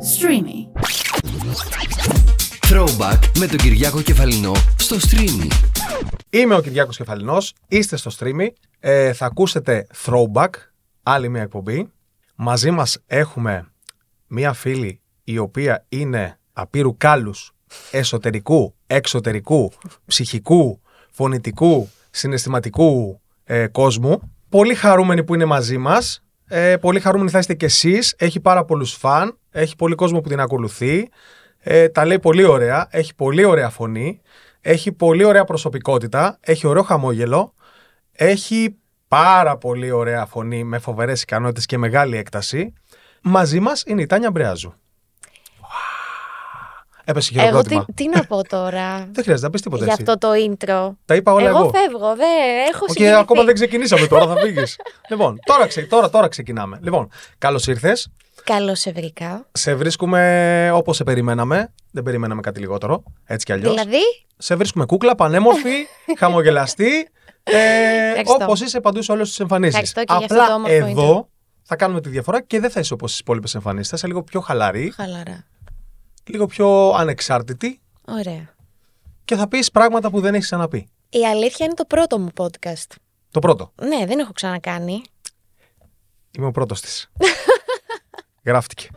Streamy. Throwback με τον Κυριάκο Κεφαλινό στο Streamy. Είμαι ο Κυριάκος Κεφαλινός. Είστε στο stream. Ε, θα ακούσετε Throwback, άλλη μια εκπομπή. Μαζί μας έχουμε μια φίλη η οποία είναι απείρου κάλους εσωτερικού, εξωτερικού, ψυχικού, φωνητικού, συναισθηματικού ε, κόσμου. Πολύ χαρούμενοι που είναι μαζί μας. Ε, πολύ χαρούμενοι θα είστε κι εσείς. Έχει πάρα πολλούς φαν. Έχει πολύ κόσμο που την ακολουθεί. Ε, τα λέει πολύ ωραία. Έχει πολύ ωραία φωνή. Έχει πολύ ωραία προσωπικότητα. Έχει ωραίο χαμόγελο. Έχει πάρα πολύ ωραία φωνή με φοβερές ικανότητες και μεγάλη έκταση. Μαζί μας είναι η Τάνια Μπρεάζου. Έπεσε Εγώ χειροκρότημα. τι, τι να πω τώρα Δεν χρειάζεται να πεις τίποτα για έτσι. αυτό το intro. Τα είπα όλα εγώ. Εγώ φεύγω, δεν έχω Οκ, συγκινηθεί. ακόμα δεν ξεκινήσαμε τώρα, θα φύγεις. λοιπόν, τώρα, ξε- τώρα, τώρα ξεκινάμε. Λοιπόν, καλώς ήρθες. Καλώς σε βρήκα. Σε βρίσκουμε όπως σε περιμέναμε. Δεν περιμέναμε κάτι λιγότερο. Έτσι κι αλλιώς. Δηλαδή, Σε βρίσκουμε κούκλα, πανέμορφη, χαμογελαστή. Ε, Ευχαριστώ. όπως είσαι παντού σε όλες τις εμφανίσεις. Ευχαριστώ και για αυτό Απλά το όμορφο εδώ θα κάνουμε τη διαφορά και δεν θα είσαι όπως στις υπόλοιπες εμφανίσεις. Θα είσαι λίγο πιο χαλαρή, χαλαρά. λίγο πιο ανεξάρτητη Ωραία. και θα πεις πράγματα που δεν έχεις ξαναπεί. Η αλήθεια είναι το πρώτο μου podcast. Το πρώτο. Ναι, δεν έχω ξανακάνει. Είμαι ο πρώτος της. Γράφτηκε.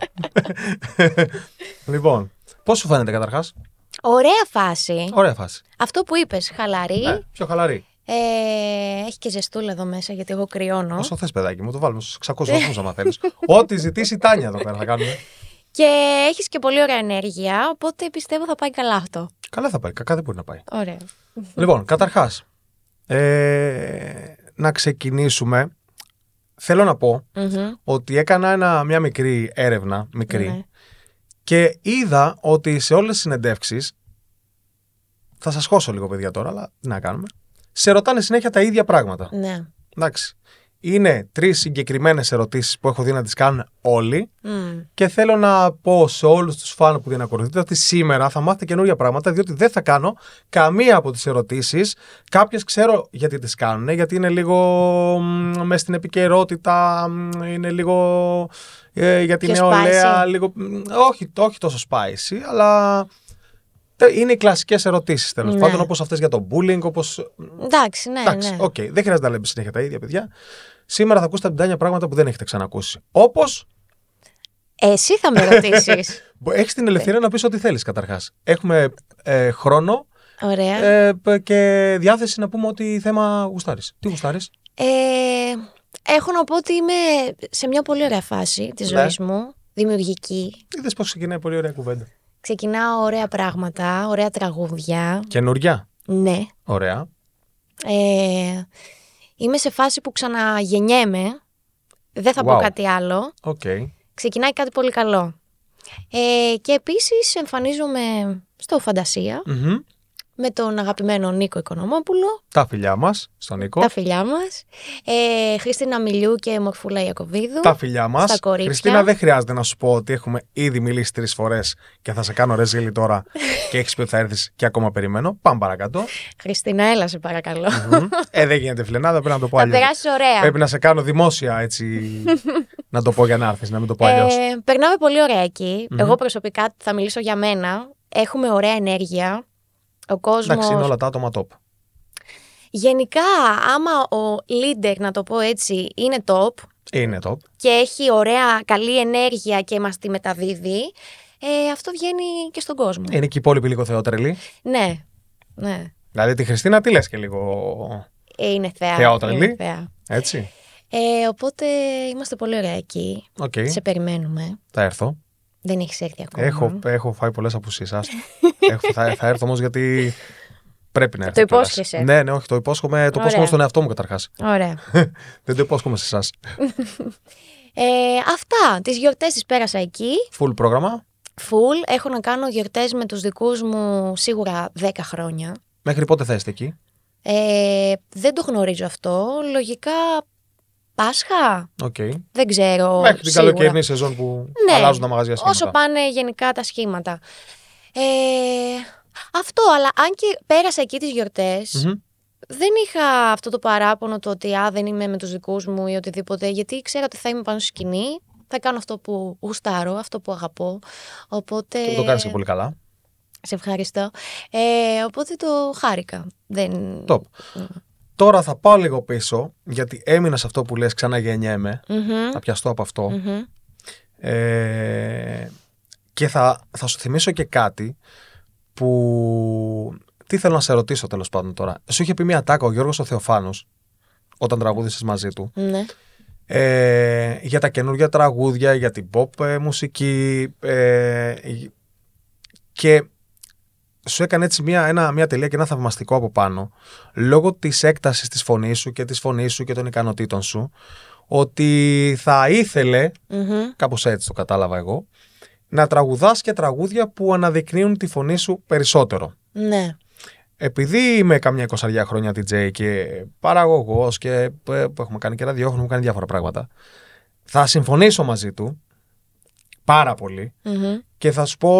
λοιπόν, πώς σου φαίνεται καταρχάς, Ωραία φάση. Ωραία φάση. Αυτό που είπες, χαλαρή. Ναι, πιο χαλαρή. Ε, έχει και ζεστούλα εδώ μέσα γιατί εγώ κρυώνω. Όσο θες, παιδάκι μου, το βάλουμε στους 600 βαθμούς, άμα θέλεις. Ό,τι ζητήσει η Τάνια εδώ πέρα θα κάνουμε. Και έχεις και πολύ ωραία ενέργεια, οπότε πιστεύω θα πάει καλά αυτό. Καλά θα πάει, κακά δεν μπορεί να πάει. Ωραία. λοιπόν, καταρχάς, ε, να ξεκινήσουμε. Θέλω να πω Μμμ. ότι έκανα ένα, μια μικρή έρευνα, μικρή, Ναι. και είδα ότι σε όλες τις συνεντεύξεις, θα σας χώσω λίγο παιδιά τώρα, αλλά τι να κάνουμε, σε ρωτάνε συνέχεια τα ίδια πράγματα. Ναι. Εντάξει. Είναι τρεις συγκεκριμένες ερωτήσεις που έχω δει να τις κάνουν όλοι Μμ. και θέλω να πω σε όλους τους φαν που την ακολουθείτε ότι σήμερα θα μάθετε καινούργια πράγματα διότι δεν θα κάνω καμία από τις ερωτήσεις. Κάποιες ξέρω γιατί τις κάνουν, γιατί είναι λίγο μες στην επικαιρότητα, μ, είναι λίγο ε, για την Πιο νεολαία, spicy. λίγο... μ, όχι, όχι τόσο spicy, αλλά... τε- Είναι οι κλασικές ερωτήσεις τέλος Ναι. πάντων, όπως αυτές για το bullying, όπως Εντάξει, ναι, Εντάξει, ναι. οκ, δεν χρειάζεται να λέμε συνέχεια τα ίδια, παιδιά. Σήμερα θα ακούσετε από την Τάνια πράγματα που δεν έχετε ξανακούσει. Όπως Εσύ θα με ρωτήσεις. έχεις την ελευθερία να πεις ό,τι θέλεις καταρχάς. Έχουμε ε, χρόνο Ωραία. Ε, ε, π- και διάθεση να πούμε ότι θέμα γουστάρεις. Τι γουστάρεις. Ε, έχω να πω ότι είμαι σε μια πολύ ωραία φάση της Ναι. ζωής μου, δημιουργική. Είδες πώς ξεκινάει πολύ ωραία κουβέντα. Ξεκινάω ωραία πράγματα, ωραία τραγούδια. Καινούρια. Ναι. Ωραία. Ε, είμαι σε φάση που ξαναγεννιέμαι. Δεν θα πω Wow. κάτι άλλο. Οκ. Ξεκινάει κάτι πολύ καλό. Ε, και επίσης εμφανίζομαι στο Φαντασία Μμμ. με τον αγαπημένο Νίκο Οικονομόπουλο, Τα φιλιά μας στον Νίκο. τα φιλιά μας, ε, Χριστίνα Μιλιού και Μορφούλα Ιακωβίδου. Τα φιλιά μας. στα κορίτσια. Χριστίνα, δεν χρειάζεται να σου πω ότι έχουμε ήδη μιλήσει τρεις φορές και θα σε κάνω ρε ζήλι τώρα και έχεις πει ότι θα έρθεις και ακόμα περιμένω. Πάμε παρακάτω. Χριστίνα, έλα σε παρακαλώ. Μμμ. ε, δεν γίνεται φιλενάδα, πρέπει να το πω Θα αλλιώς. περάσεις ωραία. Πρέπει να σε κάνω δημόσια έτσι. να το πω για να έρθεις, να μην το πω αλλιώς. Ε, περνάμε πολύ ωραία εκεί. Μμμ. Εγώ προσωπικά θα μιλήσω για μένα. Έχουμε ωραία ενέργεια. Ο κόσμος. Εντάξει, είναι όλα τα άτομα top. Γενικά, άμα ο leader, να το πω έτσι, είναι top Είναι top. και έχει ωραία, καλή ενέργεια και μας τη μεταδίδει, ε, αυτό βγαίνει και στον κόσμο. Είναι και οι υπόλοιποι λίγο θεότρελοι. Ναι, ναι. Δηλαδή τη Χριστίνα τι λες και λίγο. Ε, είναι θέα. Θεότρελη. είναι θέα. Έτσι. Ε, οπότε είμαστε πολύ ωραία εκεί. Οκ, Σε περιμένουμε. θα έρθω. Δεν έχεις έρθει ακόμα. Έχω, έχω φάει πολλές απουσίες. θα, θα έρθω όμως γιατί πρέπει να έρθω. Το κιόλας. υπόσχεσαι. Ναι, ναι, όχι, το υπόσχομαι. Το Ωραία. υπόσχομαι στον εαυτό μου καταρχάς. Ωραία. Δεν το υπόσχομαι σε εσάς. Ε, αυτά. Τις γιορτές τις πέρασα εκεί. Full πρόγραμμα. Φουλ. Έχω να κάνω γιορτές με τους δικούς μου σίγουρα 10 χρόνια. Μέχρι πότε θα είστε εκεί. Ε, δεν το γνωρίζω αυτό. Λογικά Πάσχα. Οκ. Δεν ξέρω. Μέχρι την σίγουρα. καλοκαιρινή σεζόν που Ναι. αλλάζουν τα μαγαζιά σχήματα. Όσο πάνε γενικά τα σχήματα. Ε, αυτό, αλλά αν και πέρασα εκεί τις γιορτες Μμμ. δεν είχα αυτό το παράπονο το ότι α, δεν είμαι με τους δικούς μου ή οτιδήποτε, γιατί ξέρα ότι θα είμαι πάνω στη σκηνή Θα κάνω αυτό που γουστάρω, αυτό που αγαπώ. Οπότε. Το, το κάνεις και πολύ καλά. Σε ευχαριστώ. Ε, οπότε το χάρηκα. Δεν... Top. Τώρα θα πάω λίγο πίσω, γιατί έμεινα σε αυτό που λες ξαναγεννιέμαι. Μμμ, Θα πιαστώ από αυτό. μμμ. Ε, και θα, θα σου θυμίσω και κάτι που. Τι θέλω να σε ρωτήσω τέλος πάντων τώρα. Σου είχε πει μια τάκα ο Γιώργος ο Θεοφάνος όταν τραγούδησε μαζί του, Ναι. ε, για τα καινούργια τραγούδια, για την pop ε, μουσική. ε, γι- και σου έκανε έτσι μια, ένα, μια τελεία και ένα θαυμαστικό από πάνω, λόγω της έκτασης της φωνής σου και της φωνής σου και των ικανοτήτων σου, ότι θα ήθελε Μμμ. κάπως έτσι το κατάλαβα εγώ, να τραγουδάς και τραγούδια που αναδεικνύουν τη φωνή σου περισσότερο. Ναι. Επειδή είμαι καμιά εικοσαριά χρόνια DJ και παραγωγός και ε, που έχουμε κάνει και ραδιόφωνο, έχουμε κάνει διάφορα πράγματα, θα συμφωνήσω μαζί του πάρα πολύ Μμμ. και θα σου πω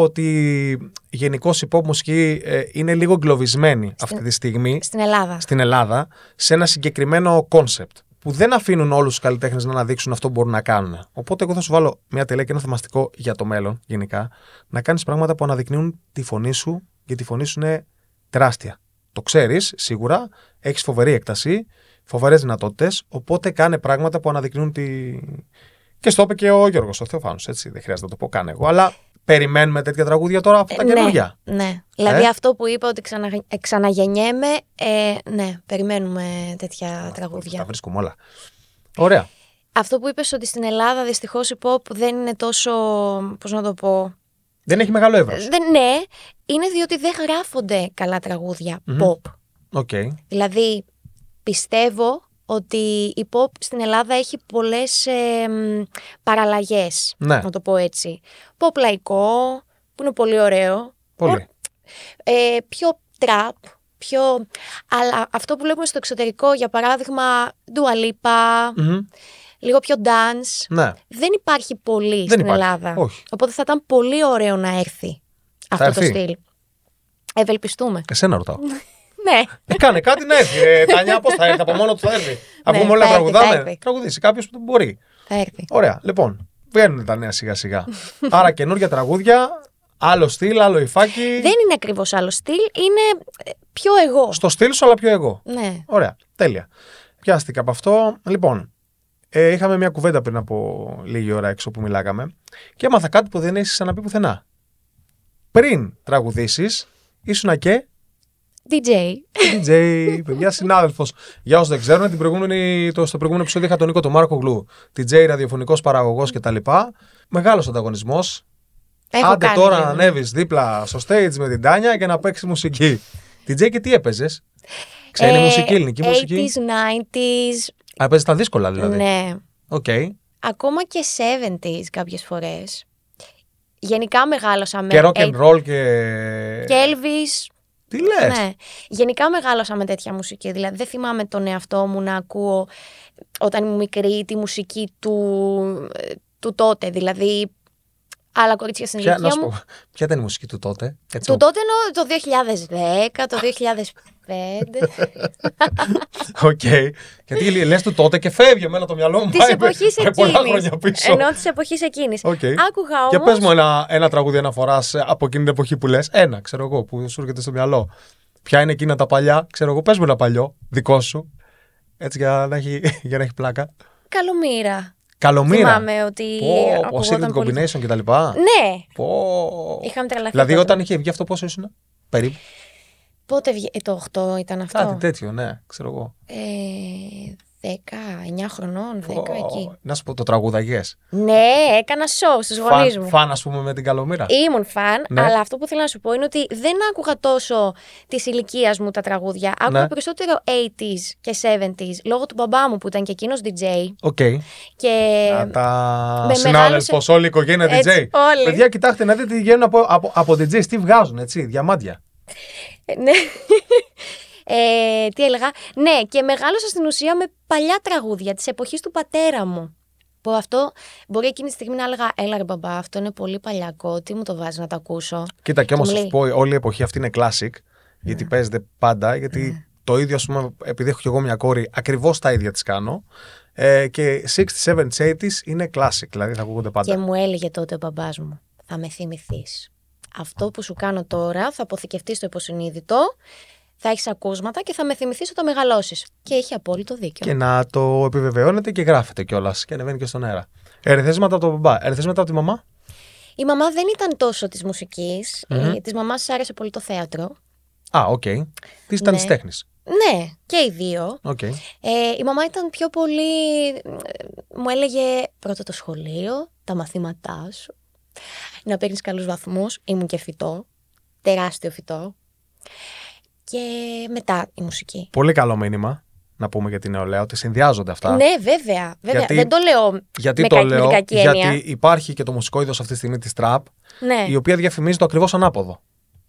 ότι γενικώ η pop μουσική ε, είναι λίγο εγκλωβισμένη αυτή τη στιγμή Στην Ελλάδα. στην Ελλάδα σε ένα συγκεκριμένο κόνσεπτ που δεν αφήνουν όλους τους καλλιτέχνες να αναδείξουν αυτό που μπορούν να κάνουν. Οπότε, εγώ θα σου βάλω μια τελεία και ένα θεμαστικό για το μέλλον, γενικά. Να κάνεις πράγματα που αναδεικνύουν τη φωνή σου, γιατί η φωνή σου είναι τεράστια. Το ξέρεις σίγουρα, έχεις φοβερή έκταση, φοβερές δυνατότητες. Οπότε, κάνε πράγματα που αναδεικνύουν τη. Και στο είπε και ο Γιώργος, ο Θεοφάνος, έτσι. Δεν χρειάζεται να το πω καν εγώ. Αλλά περιμένουμε τέτοια τραγούδια τώρα από τα ναι, καινούργια. ναι. Δηλαδή Ε. αυτό που είπα ότι ξανα, ε, ξαναγεννιέμαι, ε, ναι, περιμένουμε τέτοια Τα τραγούδια. βρίσκουμε όλα. Ωραία. Αυτό που είπες ότι στην Ελλάδα δυστυχώς η pop δεν είναι τόσο, πώς να το πω, Δεν έχει μεγάλο εύρο. δεν, ναι, είναι διότι δεν γράφονται καλά τραγούδια pop. Οκ. Δηλαδή πιστεύω ότι η pop στην Ελλάδα έχει πολλές ε, μ, παραλλαγές, Ναι. να το πω έτσι. Pop λαϊκό, που είναι πολύ ωραίο, Πολύ. ε, πιο τραπ, πιο... Αλλά αυτό που βλέπουμε στο εξωτερικό, για παράδειγμα, Dua Lipa, Μμμ. λίγο πιο dance, Ναι. δεν υπάρχει πολύ στην υπάρχει. Ελλάδα. Όχι. Οπότε θα ήταν πολύ ωραίο να έρθει αυτό το έρθει. στυλ. Ευελπιστούμε. Εσένα ρωτάω. ναι. ε, κάνε κάτι να έρθει. Ε, Τανιά, πώς θα έρθει, από μόνο του θα έρθει. Αφού Ναι, μου όλα θα έρθει, θα τραγουδάμε, έρθει. τραγουδήσει κάποιος που μπορεί. Θα έρθει. Ωραία, λοιπόν. Βγαίνουν τα νέα σιγά σιγά. Άρα καινούργια τραγούδια, άλλο στυλ, άλλο υφάκι. Δεν είναι ακριβώς άλλο στυλ, είναι ε, πιο εγώ. Στο στυλ σου, αλλά πιο εγώ. Ναι. Ωραία, τέλεια. Πιάστηκα από αυτό. Λοιπόν, ε, είχαμε μια κουβέντα πριν από λίγη ώρα έξω που μιλάγαμε και έμαθα κάτι που δεν έχεις ξαναπεί πουθενά. Πριν τραγουδήσεις, ήσουνα και DJ. DJ, παιδιά, συνάδελφος. Για όσους δεν ξέρουν, την προηγούμενη, το, στο προηγούμενο επεισόδιο είχα τον Νίκο τον Μάρκο Γλου, DJ, ραδιοφωνικός παραγωγός κτλ. Μεγάλος ανταγωνισμός. Έχω Άντε κάνει ναι. τώρα ναι. να λίγο. ανέβεις δίπλα στο stage με την Τάνια και να παίξεις μουσική. DJ και τι έπαιζες. Ξένη Ε, μουσική, ελληνική μουσική. 80s, 90s. Α, έπαιζες τα δύσκολα δηλαδή. Ναι. Οκ. ακόμα και 70s κάποιες φορές. Γενικά μεγάλωσα με... Και rock Elvis and roll και. Ναι, και Elvis. Τι λες. Ναι. Γενικά μεγάλωσα με τέτοια μουσική. Δηλαδή δεν θυμάμαι τον εαυτό μου να ακούω όταν ήμουν μικρή τη μουσική του, του τότε. Δηλαδή άλλα κορίτσια στην Ποια, να ηλικία σου μου. πω, ποια ήταν η μουσική του τότε. Έτσι, Του τότε εννοώ το 2010, το 2005. Οκ. Γιατί λε του τότε και φεύγει εμένα το μυαλό μου. της πάει- εποχής πάει πολλά χρόνια εκείνη. πίσω. Ενώ της εποχής εκείνης. Οκ. Άκουγα Και όμω. πε μου ένα, ένα τραγούδι αναφοράς από εκείνη την εποχή που λες. Ένα, ξέρω εγώ, που σου έρχεται στο μυαλό. Ποια είναι εκείνα τα παλιά, ξέρω εγώ. Πες μου ένα παλιό, δικό σου. Έτσι για να έχει, για να έχει πλάκα. Καλομήρα. Καλομήρα. Θυμάμαι ότι. Πω, πω, ακουγόταν secret πολύ. combination και τα λοιπά. Ναι, Πω. είχαμε τρελαθεί. Δηλαδή τότε. όταν είχε βγει αυτό πόσο ήσουν, περίπου. Πότε βγε... ε, το 8 ήταν αυτό. Κάτι τέτοιο, ναι, ξέρω εγώ. Ε, 10, 9 χρονών, Πω, 10 εκεί. Να σου πω το τραγουδαγές. Ναι, έκανα σοου στου γονείς μου. Ε- Φαν, ας πούμε, με την καλομήρα. Ήμουν φαν, Ναι. αλλά αυτό που θέλω να σου πω είναι ότι δεν άκουγα τόσο της ηλικίας μου τα τραγούδια. Άκουγα Ναι. περισσότερο 80s και 70s λόγω του μπαμπά μου που ήταν και εκείνος DJ. Οκ. Και Κατά Ε, με συνάδελφος, μεγάλωσε- όλη η οικογένεια DJ. Έτσι, όλοι. Παιδιά, κοιτάξτε να δείτε τι βγαίνουν από, από, από DJs, τι βγάζουν, έτσι, διαμάντια. Ε, Ναι. Ε, τι έλεγα. Ναι, και μεγάλωσα στην ουσία με παλιά τραγούδια της εποχής του πατέρα μου. Που αυτό μπορεί εκείνη τη στιγμή να έλεγα Έλα ρε μπαμπά, αυτό είναι πολύ παλιακό. Τι μου το βάζεις να το ακούσω. Κοίτα, και όμω Του θα λέει. Ναι. σου πω, όλη η εποχή αυτή είναι classic, γιατί παίζεται πάντα, γιατί το ίδιο, ας πούμε, επειδή έχω και εγώ μια κόρη, ακριβώς τα ίδια της κάνω. Ε, και 67 80s είναι classic, δηλαδή θα ακούγονται πάντα. Και μου έλεγε τότε ο μπαμπάς μου, θα με θυμηθείς. Αυτό που σου κάνω τώρα θα αποθηκευτείς στο υποσυνείδητο, θα έχεις ακούσματα και θα με θυμηθείς όταν μεγαλώσεις. Και έχει απόλυτο δίκιο. Και να το επιβεβαιώνετε και γράφετε κιόλας και ανεβαίνει και στον αέρα. Ερεθέσματα από τον μπαμπά, ερεθέσματα από τη μαμά. Η μαμά δεν ήταν τόσο της μουσικη Ε, της μαμάς τη άρεσε πολύ το θέατρο. Α, οκ. Τι ήταν Ναι. της τέχνης. Ναι, και οι δύο. Οκ. Ε, η μαμά ήταν πιο πολύ. ε, Μου έλεγε πρώτα το σχολείο, τα μαθήματά σου. Να παίρνεις καλούς βαθμούς. Ήμουν και φυτό. Τεράστιο φυτό. Και μετά η μουσική. Πολύ καλό μήνυμα να πούμε για την νεολαία ότι συνδυάζονται αυτά. Ναι, βέβαια. βέβαια. Γιατί- Δεν το λέω. Γιατί με το κακή- με λέω, την κακή έννοια. γιατί υπάρχει και το μουσικό είδος αυτή τη στιγμή της τραπ, Ναι. η οποία διαφημίζει το ακριβώς ανάποδο.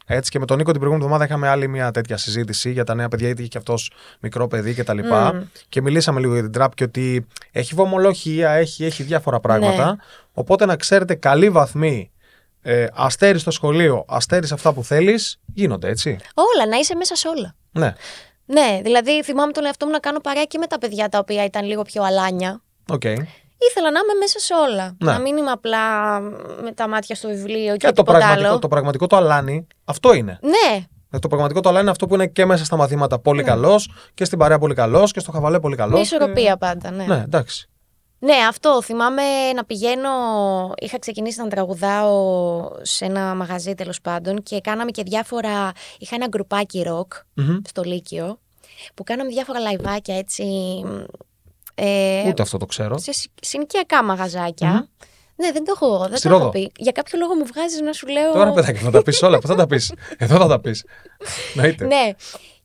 Έτσι και με τον Νίκο την προηγούμενη εβδομάδα είχαμε άλλη μια τέτοια συζήτηση για τα νέα παιδιά, γιατί είχε και αυτός μικρό παιδί κτλ. Και, mm. και μιλήσαμε λίγο για την τραπ και ότι έχει βομολοχία, έχει, έχει διάφορα πράγματα. Ναι. Οπότε να ξέρετε, καλοί βαθμοί, ε, αστέρι στο σχολείο, αστέρι σε αυτά που θέλεις, γίνονται έτσι. Όλα, να είσαι μέσα σε όλα. Ναι. Ναι, δηλαδή θυμάμαι τον εαυτό μου να κάνω παρέα και με τα παιδιά τα οποία ήταν λίγο πιο αλάνια. Οκ. Ήθελα να είμαι μέσα σε όλα. Ναι. Να μην είμαι απλά με τα μάτια στο βιβλίο και, Και το τίποτα πραγματικό, άλλο. το πραγματικό το αλάνι, αυτό είναι. Ναι, Ε, Το πραγματικό το αλλά είναι αυτό που είναι και μέσα στα μαθήματα πολύ καλός και στην παρέα πολύ καλός και στο χαβαλέ πολύ καλός. με ισορροπία πάντα. Ναι. Ναι, ναι. εντάξει. αυτό. Θυμάμαι να πηγαίνω. Είχα ξεκινήσει να τραγουδάω σε ένα μαγαζί τέλος πάντων και κάναμε και διάφορα. Είχα ένα γκρουπάκι ροκ Μμμ. στο Λύκειο που κάναμε διάφορα λαϊβάκια έτσι. ε, Ούτε αυτό το ξέρω. σε συ- συνοικιακά μαγαζάκια. Ναι, δεν το έχω, δεν Στη το έχω Ρόδο. πει. Για κάποιο λόγο μου βγάζεις να σου λέω. Τώρα παιδάκι, θα τα πεις όλα. Πού θα τα πεις. Εδώ θα τα πεις. Εννοείται. Ναι.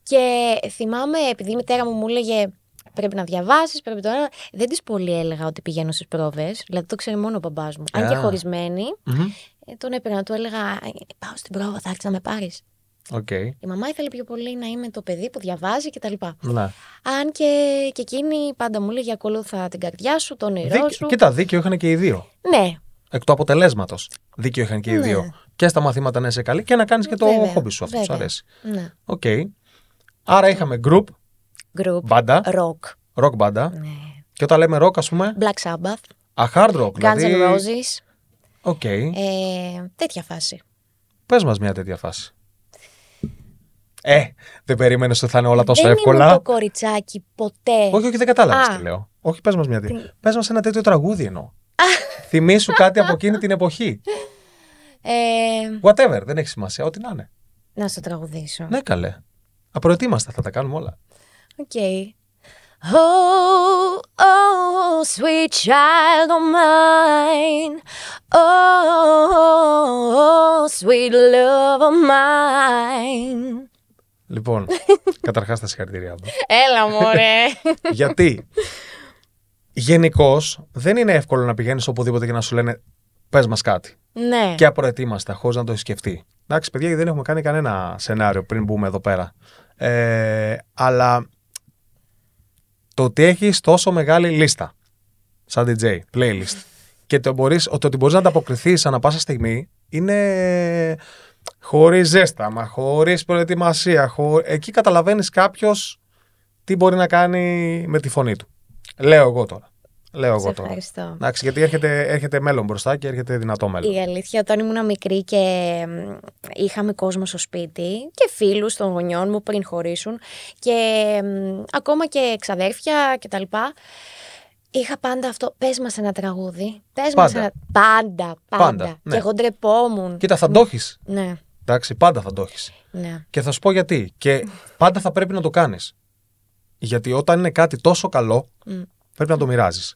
Και θυμάμαι, επειδή η μητέρα μου μου έλεγε πρέπει να διαβάσεις, πρέπει το ένα. Δεν της πολύ έλεγα ότι πηγαίνω στις πρόβες. Δηλαδή το ξέρει μόνο ο μπαμπάς μου. Αν και Α. χωρισμένη, Μμμ. ε, τον έπαιρνα, του έλεγα «Ε, Πάω στην πρόβα, θα έρθει να με πάρεις. Οκ. Η μαμά ήθελε πιο πολύ να είμαι το παιδί που διαβάζει κτλ. Ναι. Αν και, και εκείνη πάντα μου έλεγε Ακολούθα την καρδιά σου, το όνειρό Δίκ- σου. Κοίτα, δίκιο είχαν και οι δύο. Ναι, Εκ του αποτελέσματος. Δίκιο είχαν και οι Ναι. δύο. Και στα μαθήματα να είσαι καλή και να κάνεις και το Βέβαια, χόμπι σου αυτό που σου βέβαια. αρέσει. ναι. Οκ. Άρα είχαμε group, Group, μπάντα, rock. rock μπάντα. Ναι. Και όταν λέμε rock, ας πούμε, Black Sabbath, α, hard rock. Guns N' Δηλαδή. Roses. Οκ. Ε, τέτοια φάση. Πες μας μια τέτοια φάση. Ε, δεν περίμενες ότι θα είναι όλα τόσο δεν εύκολα. ήμουν το κοριτσάκι ποτέ. Όχι, όχι, δεν κατάλαβες Α. τι λέω. Όχι, πες μας μια τέτοια. Πες μας ένα τέτοιο τραγούδι εννοώ. Θυμήσου κάτι από εκείνη την εποχή. Ε, Whatever, δεν έχει σημασία, ό,τι να είναι. να στο τραγουδήσω. Ναι, καλέ. Απροετοίμαστα, θα τα κάνουμε όλα. Οκ. Oh, oh, sweet child of mine. Oh, sweet love of mine. Λοιπόν, καταρχάς τα συγχαρητήριά μου. Έλα, μωρέ. Γιατί γενικώς δεν είναι εύκολο να πηγαίνεις οπουδήποτε και να σου λένε πες μας κάτι. ναι. και απροετοίμαστα, χωρίς να το έχεις σκεφτεί. Εντάξει, παιδιά, γιατί δεν έχουμε κάνει κανένα σενάριο πριν μπούμε εδώ πέρα. Ε, αλλά το ότι έχεις τόσο μεγάλη λίστα, σαν DJ, playlist, και το, μπορείς, το ότι μπορείς να ανταποκριθείς ανά πάσα στιγμή είναι χωρίς ζέσταμα, χωρίς προετοιμασία. χω- Εκεί καταλαβαίνεις κάποιος τι μπορεί να κάνει με τη φωνή του. Λέω εγώ τώρα. Λέω Σε εγώ τώρα. ευχαριστώ. Εντάξει, γιατί έρχεται, έρχεται μέλλον μπροστά και έρχεται δυνατό μέλλον. Η αλήθεια, όταν ήμουν μικρή και μ, είχαμε κόσμο στο σπίτι και φίλους των γονιών μου πριν χωρίσουν και μ, ακόμα και ξαδέρφια και τα λοιπά, είχα πάντα αυτό, πες μας ένα τραγούδι, πες μας Πάντα. ένα... Πάντα, πάντα. Πάντα, ναι. Και εγώ ντρεπόμουν. Κοίτα, θα το έχεις. Ναι, Εντάξει, πάντα θα το έχεις. ναι. Και θα σου πω γιατί. Και πάντα θα πρέπει να το κάνεις. Γιατί όταν είναι κάτι τόσο καλό, πρέπει να το μοιράζεις.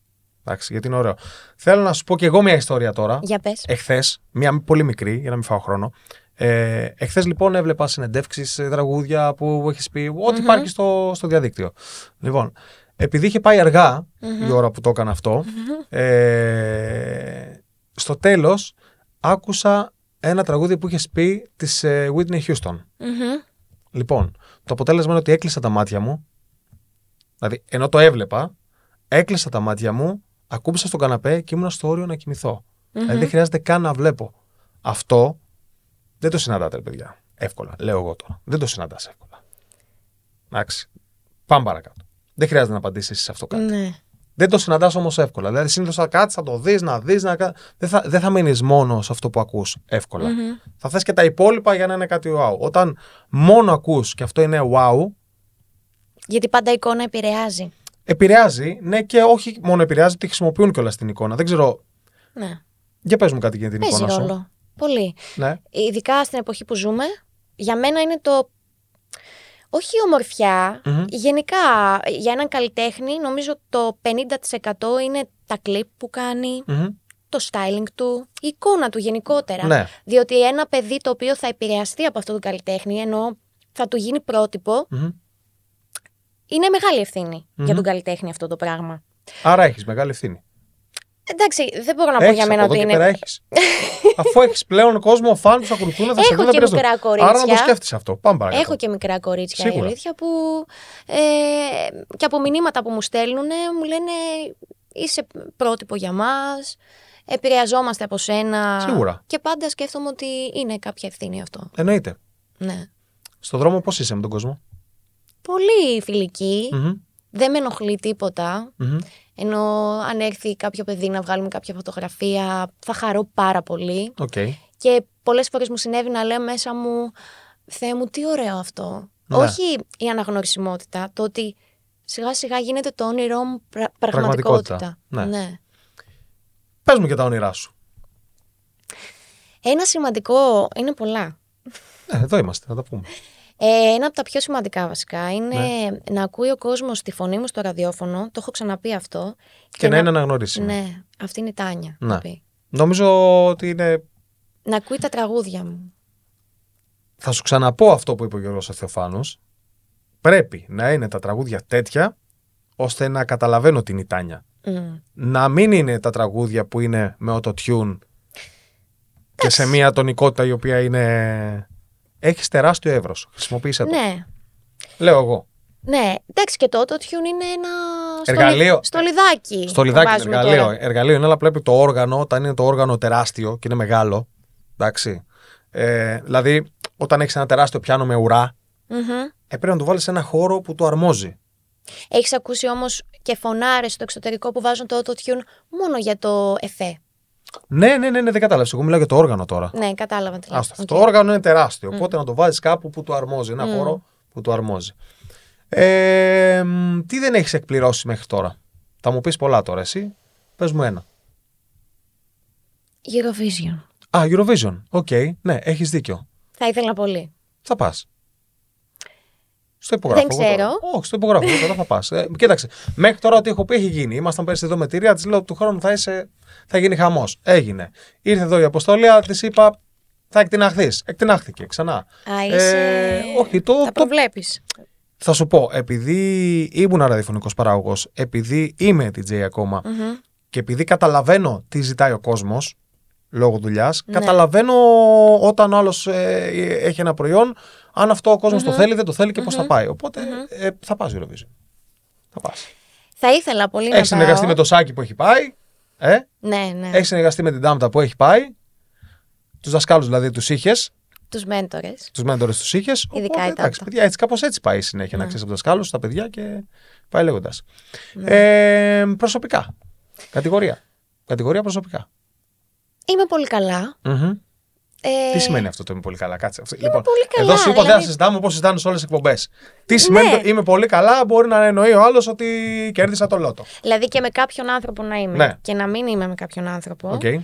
Εντάξει, γιατί είναι ωραίο. Θέλω να σου πω και εγώ μια ιστορία τώρα. Για πες. Εχθές, μια πολύ μικρή, για να μην φάω χρόνο. Ε, Εχθές λοιπόν έβλεπα συνεντεύξεις, τραγούδια που έχεις πει, ό,τι υπάρχει στο, στο διαδίκτυο. Λοιπόν, επειδή είχε πάει αργά η ώρα που το έκανα αυτό, ε, στο τέλος άκουσα ένα τραγούδι που είχε πει τη Whitney Houston. Μμμ. Λοιπόν, το αποτέλεσμα είναι ότι έκλεισα τα μάτια μου. Δηλαδή, ενώ το έβλεπα, έκλεισα τα μάτια μου, ακούμπησα στον καναπέ και ήμουνα στο όριο να κοιμηθω Δηλαδή, δεν χρειάζεται καν να βλέπω. Αυτό δεν το συναντάτε, ρε παιδιά. Εύκολα. Λέω εγώ τώρα. Δεν το συναντάς εύκολα. Εντάξει. Πάμε παρακάτω. Δεν χρειάζεται να απαντήσεις σε αυτό κάτι. Ναι. Δεν το συναντάς όμως εύκολα. Δηλαδή, συνήθως θα κάτσεις, θα το δεις, να δεις. Να... κα- Δεν θα, δεν θα μείνεις μόνος σε αυτό που ακούς εύκολα. Θα θες και τα υπόλοιπα για να είναι κάτι wow. Όταν μόνο ακούς και αυτό είναι wow, Γιατί πάντα η εικόνα επηρεάζει. επηρεάζει, ναι, και όχι μόνο επηρεάζει, τη χρησιμοποιούν κιόλας την εικόνα. Δεν ξέρω. Ναι. Για πες μου κάτι για την Παίζει εικόνα σου. ρόλο. Πολύ. Ναι. Ειδικά στην εποχή που ζούμε, για μένα είναι το. Όχι η ομορφια Μμμ. Γενικά, για έναν καλλιτέχνη, νομίζω το 50% είναι τα κλιπ που κάνει, Μμμ. το styling του, η εικόνα του γενικότερα. Ναι. Διότι ένα παιδί το οποίο θα επηρεαστεί από αυτόν τον καλλιτέχνη, ενώ θα του γίνει πρότυπο, Μμμ. είναι μεγάλη ευθύνη για Μμμ. τον καλλιτέχνη αυτό το πράγμα. Άρα έχεις μεγάλη ευθύνη. Εντάξει, δεν μπορώ να πω Έχεις, για μένα από ότι εδώ και είναι. πέρα έχεις. Αφού έχεις πλέον κόσμο, φαν που θα ακολουθούν, θα σε Έχω δουν να και πειράζουν. μικρά Άρα να το κορίτσια. σκέφτεσαι αυτό. Πάμε παρακάτω. Έχω και μικρά κορίτσια Σίγουρα. η αλήθεια που. Ε, και από μηνύματα που μου στέλνουν, μου λένε είσαι πρότυπο για μας. Επηρεαζόμαστε από σένα. Σίγουρα. Και πάντα σκέφτομαι ότι είναι κάποια ευθύνη αυτό. Εννοείται. Ναι. Στον δρόμο πώς είσαι με τον κοσμο Πολύ φιλική. Μμμ. Δεν με ενοχλεί τίποτα. Μμμ. Ενώ αν έρθει κάποιο παιδί να βγάλουμε κάποια φωτογραφία, θα χαρώ πάρα πολύ. Οκ. Και πολλές φορές μου συνέβη να λέω μέσα μου, Θεέ μου, τι ωραίο αυτό. Ναι. Όχι η αναγνωρισιμότητα, το ότι σιγά σιγά γίνεται το όνειρό μου πρα- Πραγματικότητα. πραγματικότητα. Ναι. Πες μου και τα όνειρά σου. Ένα σημαντικό, είναι πολλά. Ναι, εδώ είμαστε, θα τα πούμε. Ε, ένα από τα πιο σημαντικά βασικά είναι Ναι. να ακούει ο κόσμος τη φωνή μου στο ραδιόφωνο, το έχω ξαναπεί αυτό. Και, να είναι αναγνωρίσιμο. Ναι, αυτή είναι η Τάνια. Ναι. Να. Πει. Νομίζω ότι είναι. να ακούει τα τραγούδια μου. Θα σου ξαναπώ αυτό που είπε ο Γιώργος ο Θεοφάνος. Πρέπει να είναι τα τραγούδια τέτοια ώστε να καταλαβαίνω την Ιτάνια. Μμ. Να μην είναι τα τραγούδια που είναι με auto-tune και σε μια τονικότητα η οποία είναι. Έχεις τεράστιο εύρος. Χρησιμοποίησε το. Ναι. Λέω εγώ. Ναι, εντάξει και το tune είναι ένα. Εργαλείο. Ε, Στο λιδάκι. Στο λιδάκι βάζουμε είναι εργαλείο. τώρα. Εργαλείο είναι, αλλά πρέπει το όργανο, όταν είναι το όργανο τεράστιο και είναι μεγάλο. Εντάξει. Ε, δηλαδή, όταν έχεις ένα τεράστιο πιάνο με ουρά, Μμμ. ε, πρέπει να το βάλεις σε ένα χώρο που το αρμόζει. Έχεις ακούσει όμως και φωνάρες στο εξωτερικό που βάζουν το auto-tune μόνο για το εφέ. Ναι, ναι, ναι, ναι δεν κατάλαβες. Εγώ μιλάω για το όργανο τώρα. Ναι, κατάλαβα τι λες. Άστο, αυτό. Οκ. Το όργανο είναι τεράστιο. Οπότε να το βάζεις κάπου που το αρμόζει. Ένα χώρο που το αρμόζει. Ε, μ, τι δεν έχεις εκπληρώσει μέχρι τώρα. Θα μου πεις πολλά τώρα, εσύ. Πες μου ένα. Eurovision. Α, Eurovision. Οκ, ναι, έχεις δίκιο. Θα ήθελα πολύ. θα πας. Στο υπογράφω. Δεν εγώ τώρα. ξέρω. Όχι, στο υπογράφω. εγώ τώρα θα πας. Ε, κοίταξε, μέχρι τώρα ό,τι έχω πει έχει γίνει. Ήμασταν πέρσι εδώ με τη Ρία, της λέω του χρόνου θα, είσαι, θα γίνει χαμός. Έγινε. Ήρθε εδώ η αποστολία, της είπα θα εκτιναχθείς. Εκτινάχθηκε ξανά. Α, είσαι... Ε, όχι, το, Τα το προβλέπεις. θα σου πω, επειδή ήμουν ραδιοφωνικός παράγωγος, επειδή είμαι DJ ακόμα Μμμ. και επειδή καταλαβαίνω τι ζητάει ο κόσμος λόγω δουλειάς, Ναι. καταλαβαίνω όταν ο άλλος έχει ένα προϊόν, αν αυτό ο κοσμο το θέλει, δεν το θέλει και πώς θα πάει. Οπότε, ε, θα πας Eurovision. Θα πας. Θα ήθελα πολύ να Έχει συνεργαστεί πάω. με το Σάκη που έχει πάει. Ε? Ναι, ναι. Έχεις συνεργαστεί με την Ντάμτα που έχει πάει. Τους δασκάλους δηλαδή τους είχε, Τους μέντορες. τους μέντορες τους είχε. η Ειδικά Τάμτα. εντάξει, παιδιά, έτσι κάπως έτσι πάει η συνέχεια. Να Ναι. ξέρεις από τους δασκάλους, τα παιδιά και πάει λέγοντας. Ε, προσωπικά. Κατηγορία. Κατηγορία προσωπικά. Είμαι πολύ καλά. Μμμ. Ε, Τι σημαίνει αυτό το είμαι πολύ καλά, κάτσε. Αυτό. Λοιπόν, πολύ καλά, εδώ σου είπα δεν θα δηλαδή- Ναι. συζητάμε όπως συζητάνε σε όλες τις εκπομπές. Τι σημαίνει το είμαι πολύ καλά, μπορεί να εννοεί ο άλλος ότι κέρδισα το λότο. Δηλαδή και με κάποιον άνθρωπο να είμαι. Ναι. Και να μην είμαι με κάποιον άνθρωπο. Οκ. Ε,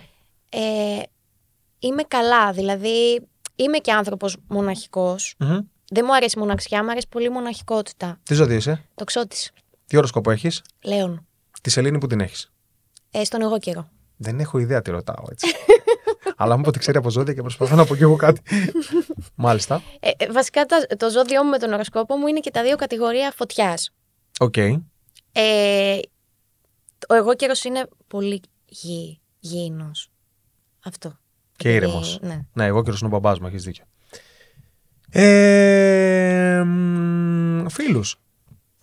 είμαι καλά. Δηλαδή, είμαι και άνθρωπο μοναχικός. Μμμ. Δεν μου αρέσει η μοναξιά, μου αρέσει πολύ η μοναχικότητα. Τι ζωή είσαι, Το ξώτης. τι οροσκόπο έχεις, Λέων. τη σελήνη που την έχεις. Ε, στον εγώ καιρό. Δεν έχω ιδέα τι ρωτάω έτσι. Αλλά μου ότι ξέρει από ζώδια και προσπαθώ να πω κι εγώ κάτι. Μάλιστα. Ε, ε, βασικά τα- το ζώδιό μου με τον οροσκόπο μου είναι και τα δύο κατηγορία φωτιάς. Οκ. Ε, ο εγώ καιρό είναι πολύ γη, γήινος. Αυτό. Και ήρεμο. Ε, ναι. Ναι, εγώ και ο μπαμπάς μου, έχεις δίκιο. Ε, Φίλου.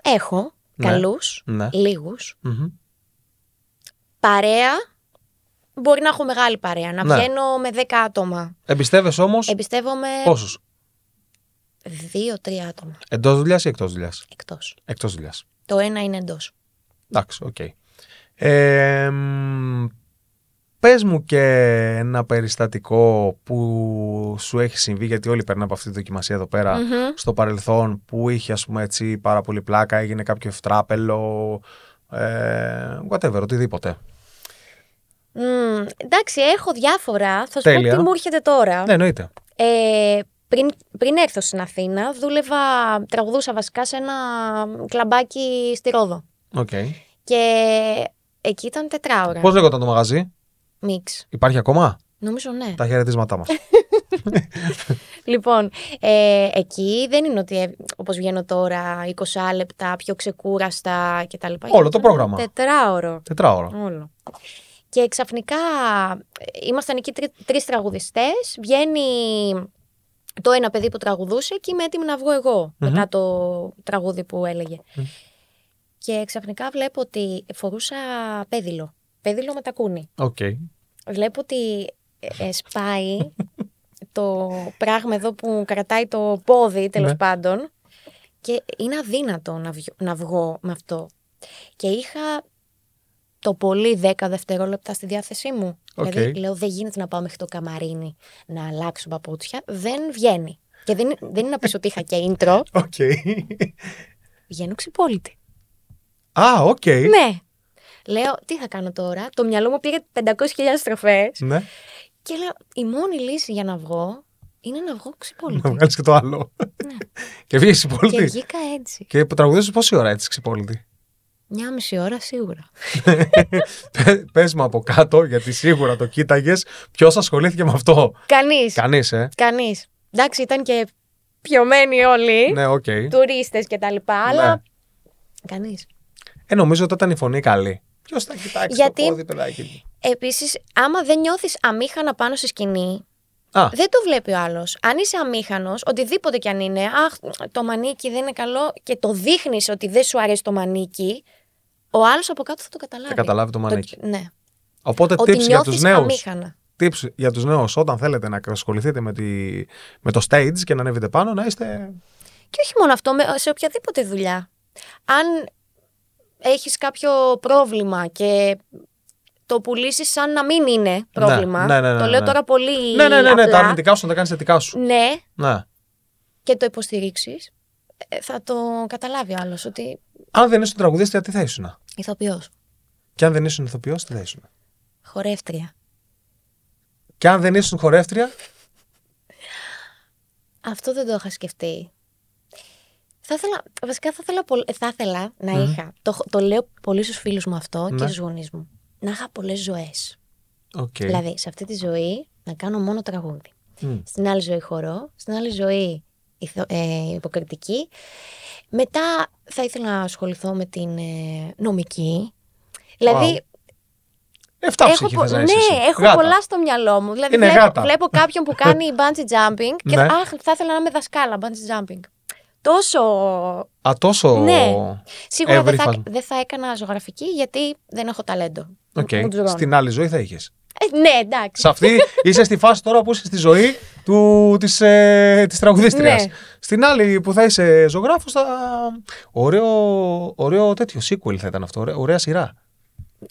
Έχω Ναι. καλούς, Ναι. λίγους. Παρέα. Μπορεί να έχω μεγάλη παρέα. Να Ναι. βγαίνω με 10 άτομα. Εμπιστεύεσαι όμως. Ε. Εμπιστεύομαι Πόσους. δύο-τρία άτομα Εντός δουλειάς ή εκτός δουλειάς. εκτός. Εκτός δουλειάς. Το ένα είναι εντός. Εντάξει, οκ. Ε, μ, πες μου και ένα περιστατικό που σου έχει συμβεί, γιατί όλοι περνάμε από αυτή τη δοκιμασία εδώ πέρα, Μμμ. στο παρελθόν που είχε ας πούμε έτσι πάρα πολύ πλάκα, έγινε κάποιο ευτράπελο, ε, whatever, οτιδήποτε. Μμμ, εντάξει, έχω διάφορα. Θα σου Τέλεια. πω τι μου έρχεται τώρα. Ναι, εννοείται. Ε, πριν, πριν έρθω στην Αθήνα, δούλευα, τραγουδούσα βασικά σε ένα κλαμπάκι στη Ρόδο. Οκ. Και εκεί ήταν τετράωρα. Πώς λέγονταν το μαγαζί, Μίξ. υπάρχει ακόμα, Νομίζω ναι. τα χαιρετίσματά μας. Λοιπόν, ε, εκεί δεν είναι ότι ε, όπως βγαίνω τώρα 20 λεπτά, πιο ξεκούραστα κτλ. Όλο το πρόγραμμα. Τετράωρο. Τετράωρο. Όλο. Και ξαφνικά ε, ήμασταν εκεί τρι, τρεις τραγουδιστές, βγαίνει το ένα παιδί που τραγουδούσε και είμαι έτοιμη να βγω εγω Μμμ. μετά το τραγούδι που έλεγε. Και ξαφνικά βλέπω ότι φορούσα πέδιλο, πέδιλο με τακούνι. Οκ. Βλέπω ότι ε, ε, σπάει το πράγμα εδώ που κρατάει το πόδι τέλος Ναι. πάντων και είναι αδύνατο να, βγω- να βγω με αυτό. Και είχα το πολύ 10 δευτερόλεπτα στη διάθεσή μου. Οκ. Δηλαδή λέω δεν γίνεται να πάω μέχρι το καμαρίνι να αλλάξω παπούτσια. Δεν βγαίνει. Και δεν, δεν είναι να πεις ότι είχα και intro. Οκ. Βγαίνω ξυπόλυτη. Α, οκ. Ναι. Λέω τι θα κάνω τώρα. Το μυαλό μου πήγε 500.000 στροφές. Ναι. Και λέω, η μόνη λύση για να βγω είναι να βγω Να ξυπόλυτη. βγάλεις και το άλλο. Και βγήκε Ναι. και ξυπόλυτη. βγήκα έτσι. Και που τραγουδίζεις πόση ώρα έτσι ξυπόλυτη. Μια μισή ώρα σίγουρα. Πε- Πες μου από κάτω, γιατί σίγουρα το κοίταγες, ποιος ασχολήθηκε με αυτό. Κανείς. Κανείς, ε. Κανείς. Εντάξει, ήταν και πιωμένοι όλοι. Ναι, οκ. Τουρίστες και τα λοιπά, αλλά. Κανείς. Ε, νομίζω ότι ήταν η φωνή καλή. Ποιος θα κοιτάξει Γιατί- το πόδι, παιδάκι. Επίσης, άμα δεν νιώθεις αμήχανα πάνω στη σκηνή, Α, δεν το βλέπει ο άλλος. Αν είσαι αμήχανος, οτιδήποτε κι αν είναι, Αχ, το μανίκι δεν είναι καλό και το δείχνεις ότι δεν σου αρέσει το μανίκι, ο άλλος από κάτω θα το καταλάβει. θα καταλάβει το μανίκι. Το... Ναι. Οπότε tips Ότι για τους νιώθει νέους. αμήχανα. Tips για τους νέους όταν θέλετε να ασχοληθείτε με, τη... με το stage και να ανέβετε πάνω, να είστε... Και όχι μόνο αυτό, με- σε οποιαδήποτε δουλειά. Αν έχεις κάποιο πρόβλημα και το πουλήσεις σαν να μην είναι πρόβλημα. ναι, ναι, ναι, το λέω ναι. τώρα πολύ ναι, ναι, ναι, ναι, απλά. τα αρνητικά σου να τα κάνεις θετικά σου. Ναι, Ναι. και το υποστηρίξεις, ε, θα το καταλάβει ο άλλος ότι Αν δεν ήσουν τραγουδίστρια, τι θα ήσουν. ηθοποιός, Και αν δεν ήσουν ηθοποιός, τι θα ήσουν. χορεύτρια. Και αν δεν ήσουν χορεύτρια, Αυτό δεν το είχα σκεφτεί. Θα ήθελα, βασικά θα ήθελα, πολλ- θα ήθελα να Μμμ. είχα, το, το λέω πολύ στους φίλους μου αυτό Ναι. και στους γονείς μου, να είχα πολλές ζωές. οκ. Δηλαδή, σε αυτή τη ζωή να κάνω μόνο τραγούδι. Μμ. Στην άλλη ζωή χορό, στην άλλη ζωή ηθο- ε, υποκριτική. Μετά θα ήθελα να ασχοληθώ με την ε, νομική. Δηλαδή, Εφτά έχω, ψυχή πο- θες να ναι, είσαι εσύ. έχω Γάτα. πολλά στο μυαλό μου. Δηλαδή, Είναι βλέπω, γάτα. βλέπω κάποιον που κάνει bungee jumping και Ναι. αχ, θα ήθελα να είμαι δασκάλα bungee jumping. Τόσο. Α, τόσο... Ναι. Σίγουρα δεν θα, Ευρύφασμα. δεν θα έκανα ζωγραφική γιατί δεν έχω ταλέντο. Οκ. Μου τζουρώνει. Στην άλλη ζωή θα είχες. Ε, ναι, εντάξει. Σε αυτή είσαι στη φάση τώρα που είσαι στη ζωή του, της, ε, της τραγουδίστριας. Ναι. Στην άλλη που θα είσαι ζωγράφος θα... Ωραίο, ωραίο τέτοιο sequel θα ήταν αυτό, ωραίο- ωραία σειρά.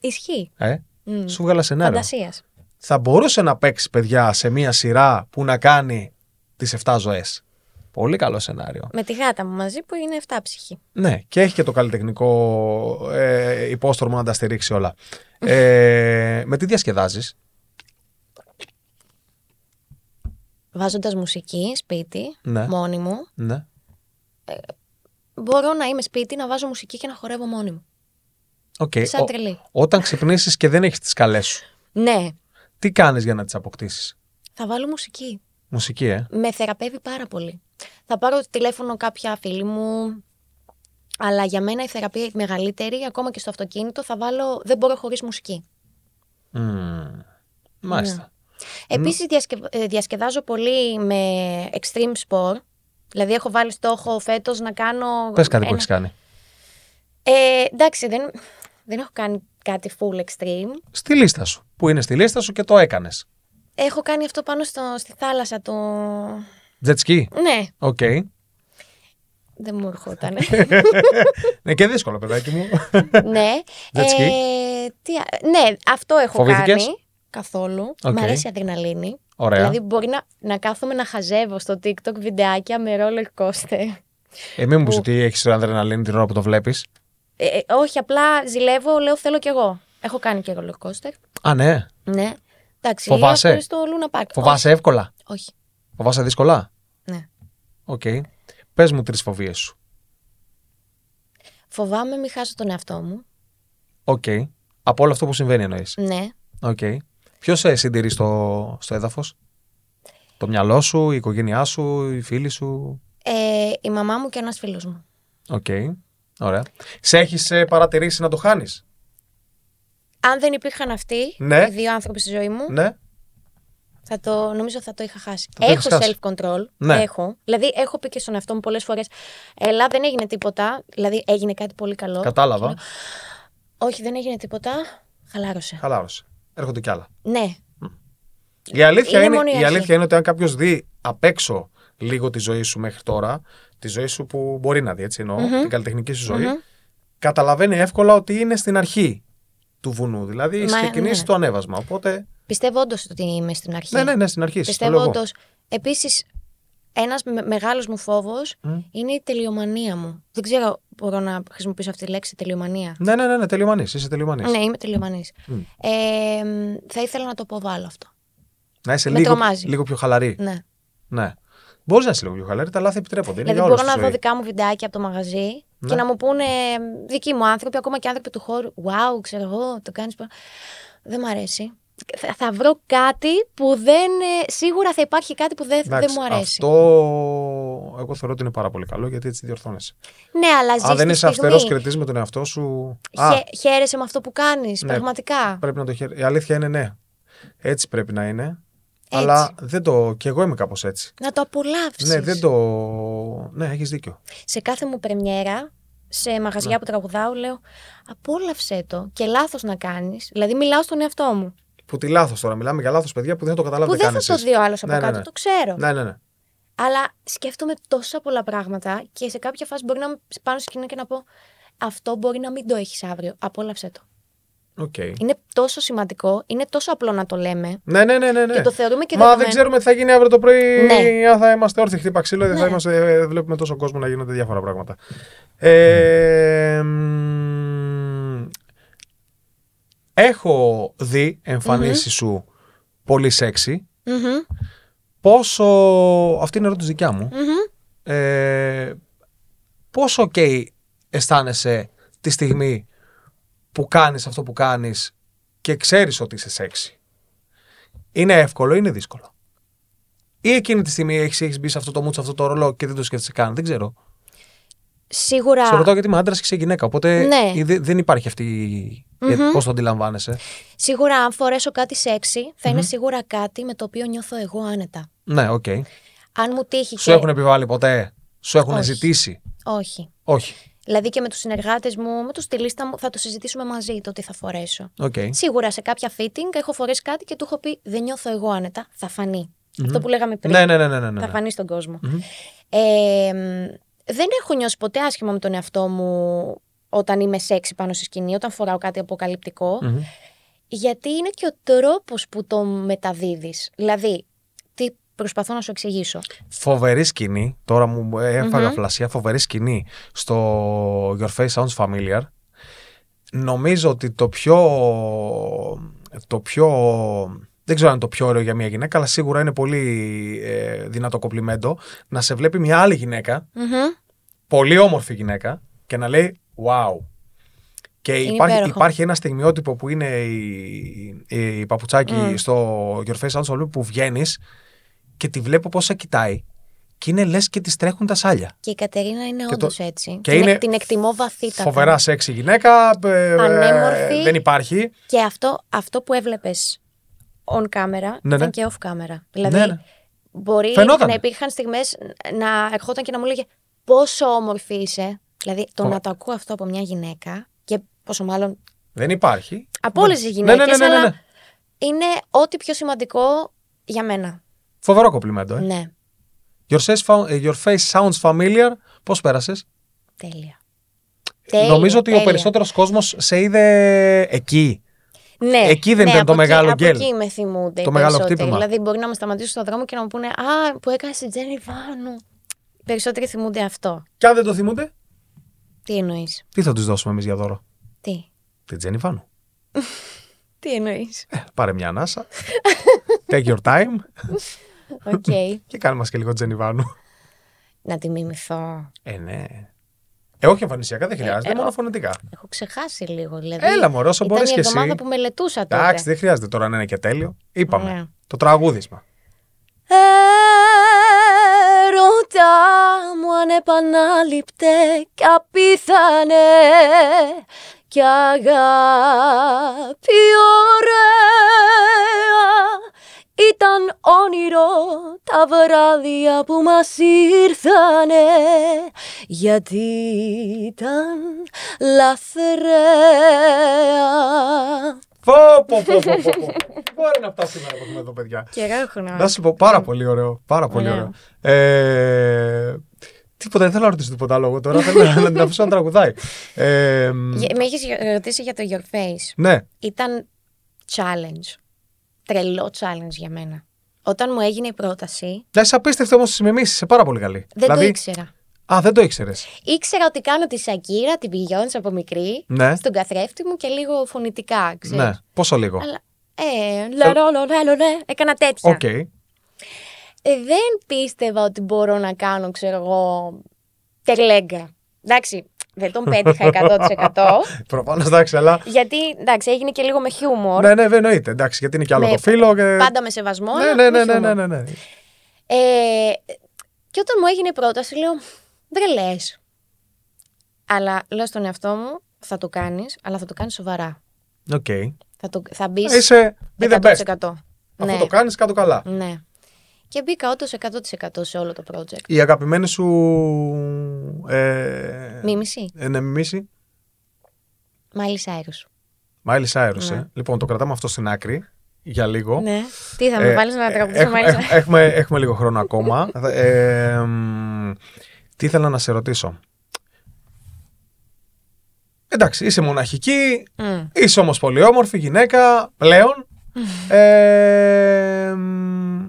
Ισχύει. Ε. Μμ. Σου Ναι, βγάλα σενάριο. Φαντασίας. Θα μπορούσε να παίξει παιδιά σε μια σειρά που να κάνει τις 7 ζωές. Πολύ καλό σενάριο. Με τη γάτα μου μαζί που είναι 7 ψυχή. Ναι, και έχει και το καλλιτεχνικό ε, υπόστρωμα να τα στηρίξει όλα. Ε, με τι διασκεδάζεις. Βάζοντας μουσική σπίτι, Ναι. μόνη μου, Ναι. μπορώ να είμαι σπίτι, να βάζω μουσική και να χορεύω μόνη μου. Οκ. Σαν Ε, Ο- τρελή. όταν ξυπνήσεις και δεν έχεις τις καλές σου. Ναι, Τι κάνεις για να τις αποκτήσεις. θα βάλω μουσική. Μουσική, ε. Με θεραπεύει πάρα πολύ. Θα πάρω τηλέφωνο κάποια φίλη μου. Αλλά για μένα η θεραπεία η μεγαλύτερη, ακόμα και στο αυτοκίνητο, θα βάλω. Δεν μπορώ χωρίς μουσική. Μμμ. Μάλιστα. Ναι. Επίσης, ε, διασκεδάζω πολύ με extreme sport. Δηλαδή, έχω βάλει στόχο φέτος να κάνω. Πες κάτι που ένα- έχεις κάνει. Ε, εντάξει, δεν, δεν έχω κάνει κάτι full extreme. Στη λίστα σου. Που είναι στη λίστα σου και το έκανες. Έχω κάνει αυτό πάνω στο, στη θάλασσα το... Τζετσκι. Ναι. Οκ. Δεν μου ερχόταν. Ναι, και δύσκολο, παιδάκι μου. ναι. Jet ski. Ε, τι α- ναι, αυτό έχω Φοβήθηκες? κάνει. Καθόλου. Οκ. Μ' αρέσει η αδρεναλίνη. Ωραία. Δηλαδή μπορεί να, να κάθομαι να χαζεύω στο TikTok βιντεάκια με roller coaster. Ε, μην μου πεις που- ότι έχεις αδρεναλίνη την ώρα που το βλέπεις. Ε, ε, όχι, απλά ζηλεύω, λέω θέλω κι εγώ. Έχω κάνει και roller coaster. Α, ναι. Ναι. Εντάξει, Φοβάσαι? λίγο στο Luna Park. Φοβάσαι εύκολα. Όχι. όχι. Φοβάσαι δύσκολα. Ναι. Οκ. Πες μου τρεις φοβίες σου. Φοβάμαι μη χάσω τον εαυτό μου. Οκ. Από όλο αυτό που συμβαίνει εννοείς. Ναι. Οκ. Ποιος σε συντηρεί στο, στο έδαφος, Το μυαλό σου, η οικογένειά σου, οι φίλοι σου. Ε, η μαμά μου και ένας φίλος μου. Οκ. Ωραία. Σε έχεις παρατηρήσει να το χάνεις. Αν δεν υπήρχαν αυτοί, Ναι. οι δύο άνθρωποι στη ζωή μου, Ναι. θα το, νομίζω θα το είχα χάσει. Θα το έχω έχεις χάσει. self-control. Ναι. Έχω. Δηλαδή, έχω πει και στον εαυτό μου πολλές φορές. Ελά, δεν έγινε τίποτα. Δηλαδή, έγινε κάτι πολύ καλό. Ναι. Κατάλαβα. Όχι, δεν έγινε τίποτα. Χαλάρωσε. Χαλάρωσε. Έρχονται κι άλλα. Ναι. Η αλήθεια, Είναι είναι, μόνο η η αρχή. αλήθεια είναι ότι αν κάποιος δει απ' έξω λίγο τη ζωή σου μέχρι τώρα, τη ζωή σου που μπορεί να δει, έτσι εννοώ, την καλλιτεχνική σου ζωη καταλαβαίνει εύκολα ότι είναι στην αρχή του βουνού. Δηλαδή, έχει Μα, ξεκινήσει ναι. το ανέβασμα. Οπότε. Πιστεύω όντως ότι είμαι στην αρχή. Ναι, ναι, ναι, στην αρχή. σου, το Πιστεύω λέω εγώ. όντως. Επίσης, ένας με- μεγάλος μου φόβος είναι η τελειομανία μου. Δεν ξέρω, μπορώ να χρησιμοποιήσω αυτή τη λέξη τελειομανία. Ναι, ναι, ναι, ναι τελειωμανή. Είσαι τελειωμανή. Ναι, είμαι τελειομανής. Ε, μ, θα ήθελα να το αποβάλω αυτό. Να είσαι Με λίγο, τρομάζει. λίγο πιο χαλαρή. Ναι. Ναι. Μπορείς να είσαι λίγο πιο χαλαρή, τα λάθη επιτρέπονται. Είναι Δηλαδή, για όλους μπορώ στη να δω ζωή. Ναι. δικά μου βιντεάκια από το μαγαζί και να μου πούνε ε, δικοί μου άνθρωποι, ακόμα και άνθρωποι του χώρου. Wow, ξέρω εγώ, το κάνεις. Δεν μ' αρέσει. Θα, θα βρω κάτι που δεν. ε, σίγουρα θα υπάρχει κάτι που δεν, δεν Εντάξει, μου αρέσει. Αυτό εγώ θεωρώ ότι είναι πάρα πολύ καλό γιατί έτσι διορθώνεσαι. Ναι, αλλά ζει. Αν δεν είσαι αυστηρός κριτής με τον εαυτό σου. Α, Χαίρεσαι με αυτό που κάνεις, Ναι. πραγματικά. πρέπει να το χαίρε. Η αλήθεια είναι ναι. Έτσι πρέπει να είναι. Αλλά δεν το. κι εγώ είμαι κάπως έτσι. Να το απολαύσεις. Ναι, δεν το. Ναι, έχεις δίκιο. Σε κάθε μου πρεμιέρα, σε μαγαζιά Ναι. που τραγουδάω, λέω Απόλαυσε το και λάθος να κάνεις. Δηλαδή, μιλάω στον εαυτό μου. Που τη λάθος τώρα. Μιλάμε για λάθος παιδιά που δεν θα το Που καταλάβετε δεν καν θα το εσείς. δει ο άλλος από Ναι, ναι, κάτω, ναι. το ξέρω. Ναι, ναι, ναι. Αλλά σκέφτομαι τόσα πολλά πράγματα και σε κάποια φάση μπορεί να είμαι πάνω στη σκηνή και να πω Αυτό μπορεί να μην το έχεις αύριο. Απόλαυσε το. Οκ. Είναι τόσο σημαντικό, είναι τόσο απλό να το λέμε. Ναι, ναι, ναι, ναι, ναι. Και το θεωρούμε και Μα δεν δεδομένο. ξέρουμε τι θα γίνει αύριο το πρωί. Ναι. Αν θα είμαστε όρθιοι, χτύπα ξύλο, δεν θα είμαστε, ε, βλέπουμε τόσο κόσμο να γίνονται διάφορα πράγματα. Ε, μ, έχω δει εμφανίσεις σου πολύ σεξι. Μμμ. Πόσο. Αυτή είναι η ερώτηση δικιά μου. Mm-hmm. Ε, πόσο ok αισθάνεσαι τη στιγμή που κάνεις αυτό που κάνεις και ξέρεις ότι είσαι σεξι. Είναι εύκολο ή είναι δύσκολο. Ή εκείνη τη στιγμή έχεις, έχεις μπει σε αυτό το μουτσο, αυτό το ρολό και δεν το σκέφτεσαι καν. Δεν ξέρω. Σίγουρα. Σε ρωτάω γιατί είμαι άντρας και είσαι γυναίκα. Οπότε Ναι. Mm-hmm. η- δε- δεν υπάρχει αυτή. η- Πώς το αντιλαμβάνεσαι. Σίγουρα, αν φορέσω κάτι σεξι, θα είναι σίγουρα κάτι με το οποίο νιώθω εγώ άνετα. Ναι, οκ. Αν μου τύχει Σου και. έχουν επιβάλει ποτέ. Σου έχουν Όχι. ζητήσει. Όχι. Όχι. Δηλαδή και με τους συνεργάτες μου, με τους στυλίστα μου, θα το συζητήσουμε μαζί το τι θα φορέσω. Οκ. Σίγουρα σε κάποια fitting έχω φορέσει κάτι και του έχω πει Δεν νιώθω εγώ άνετα. Θα φανεί. Αυτό που λέγαμε πριν. Ναι, ναι, ναι, ναι, ναι, ναι. Θα φανεί στον κοσμο Ε, μ, δεν έχω νιώσει ποτέ άσχημα με τον εαυτό μου όταν είμαι σεξι πάνω στη σκηνή, όταν φοράω κάτι αποκαλυπτικό, Μμμ. γιατί είναι και ο τρόπος που το μεταδίδεις. Δηλαδή, τι προσπαθώ να σου εξηγήσω. Φοβερή σκηνή. Τώρα μου εφαγα φλασιά. Φοβερή σκηνή στο Your Face Sounds Familiar. Νομίζω ότι το πιο. Το πιο. Δεν ξέρω αν είναι το πιο ωραίο για μια γυναίκα, αλλά σίγουρα είναι πολύ ε, δυνατό κοπλιμέντο να σε βλέπει μια άλλη γυναίκα, Μμμ. πολύ όμορφη γυναίκα, και να λέει Wow. Και υπάρχει, υπέροχο. υπάρχει ένα στιγμιότυπο που είναι η, η, η παπουτσάκι Mm. στο Your Face Sounds Familiar που βγαίνεις και τη βλέπω πώς σε κοιτάει και είναι λες και της τρέχουν τα σάλια. Και η Κατερίνα είναι Και το- όντως έτσι. και την, είναι την εκτιμώ βαθύτατα. Φοβερά σεξι γυναίκα. ε, ε, Πανέμορφη. δεν υπάρχει. Και αυτό, αυτό που έβλεπες on camera Ναι, ναι. ήταν και off camera. Δηλαδή, Ναι, ναι. μπορεί Φαινότανε. να υπήρχαν στιγμές να ερχόταν και να μου λέγε πόσο όμορφη είσαι. Δηλαδή, το να το ακούω αυτό από μια γυναίκα και πόσο μάλλον Δεν υπάρχει. από όλες τις Ναι, γυναίκες. ναι, ναι, ναι, ναι, ναι. Αλλά είναι ό,τι πιο σημαντικό για μένα. Φοβερό κοπλιμέντο. Ε. Ναι. Your face, fou- ε, your face sounds familiar. Πώς πέρασες. Τέλεια. Τέλεια, Νομίζω ότι ο τέλεια. περισσότερος κόσμος σε είδε εκεί. Ναι, Εκεί δεν ναι, ήταν το από μεγάλο εκεί, γκέλ. Από εκεί με θυμούνται. Το οι μεγάλο περισσότεροι. χτύπημα. Δηλαδή, μπορεί να με σταματήσουν στον δρόμο και να μου πούνε Α, που έκανες την Τζένι Βάνου. Οι περισσότεροι θυμούνται αυτό. Και αν δεν το θυμούνται, Τι εννοείς. τι θα τους δώσουμε εμείς για δώρο. Τι. Την Τζένι Βάνου. Τι εννοείς. Ε, πάρε μια ανάσα. Take your time. Οκ. Και κάνε μας και λίγο Τζένι Βάνου. να τη μιμηθώ. Ε, ναι. Ε, όχι εμφανισιακά, δεν χρειάζεται, ε, μόνο ο- φωνητικά. Έχω ξεχάσει λίγο. Δηλαδή, Έλα, μωρό, όσο Ήταν μπορείς η και εσύ. εβδομάδα που μελετούσα τότε. Εντάξει, δεν χρειάζεται τώρα να είναι και τέλειο. Είπαμε. ε. Ναι. Το τραγούδισμα. Έρωτα μου ανεπανάληπτε και απίθανε κι αγάπη ωραία ήταν όνειρο τα βράδια που μας ήρθανε γιατί ήταν λαθρέα Πω, πω, πω, πω, πω, πω. Μπορεί να φτάσει σήμερα που έχουμε εδώ, παιδιά. Να σου πω, πάρα πολύ ωραίο. Πάρα πολύ Ναι. ωραίο. Ε, τίποτα, δεν θέλω να ρωτήσω τίποτα άλλο εγώ τώρα. Θέλω να- να την αφήσω να τραγουδάει. Ε, μ, Γε- Με έχεις ρωτήσει για το Your Face. ναι, Ήταν challenge. Τρελό challenge για μένα. Όταν μου έγινε η πρόταση, να είσαι απίστευτο όμως στις μιμήσεις, είσαι πάρα πολύ καλή. Δηλαδή- δεν το ήξερα. Α, δεν το ήξερες. Ήξερα ότι κάνω τη Σακύρα, την πηγιόνσα από μικρή, Ναι. στον καθρέφτη μου και λίγο φωνητικά, ξέρεις. Ναι, πόσο λίγο. Αλλά, ε, λαρό, λαρό, λαρό, έκανα τέτοια. Οκ. Ε, δεν πίστευα ότι μπορώ να κάνω, ξέρω εγώ, τελέγκα. Εντάξει, δεν τον πέτυχα 100%. Προφανώς εντάξει, αλλά. γιατί, εντάξει, έγινε και λίγο με χιούμορ. Ναι, ναι, εννοείται. Εντάξει, γιατί είναι και άλλο Με- το φίλο. Και... Πάντα με σεβασμό. Ναι, αλλά ναι, με ναι, ναι, χιούμορ. ναι, ναι, ναι. Ε, και όταν μου έγινε η πρόταση, λέω, δεν λες. Αλλά λέω στον εαυτό μου, θα το κάνεις, αλλά θα το κάνεις σοβαρά. Οκ. Θα, το, θα μπεις Είσαι be the best. 100%. Αφού ναι, το κάνεις, κάτω καλά. ναι. Και μπήκα όντως 100% σε όλο το project. Η αγαπημένη σου. Ε, Μίμηση, ε, ναι, μιμήση. Μάλι Άιρους. Μάιλι Σάιρου. Ναι. Ε. Λοιπόν, το κρατάμε αυτό στην άκρη για λίγο. Ναι. Τι θα με Ε, βάλεις να ε, τραγουδήσω έχουμε, Μάλι Cyrus? έχουμε, έχουμε, έχουμε λίγο χρόνο ακόμα. ε, μ, τι ήθελα να σε ρωτήσω. Εντάξει, είσαι μοναχική, Μμ. είσαι όμως πολύ όμορφη γυναίκα, πλέον. ε, μ,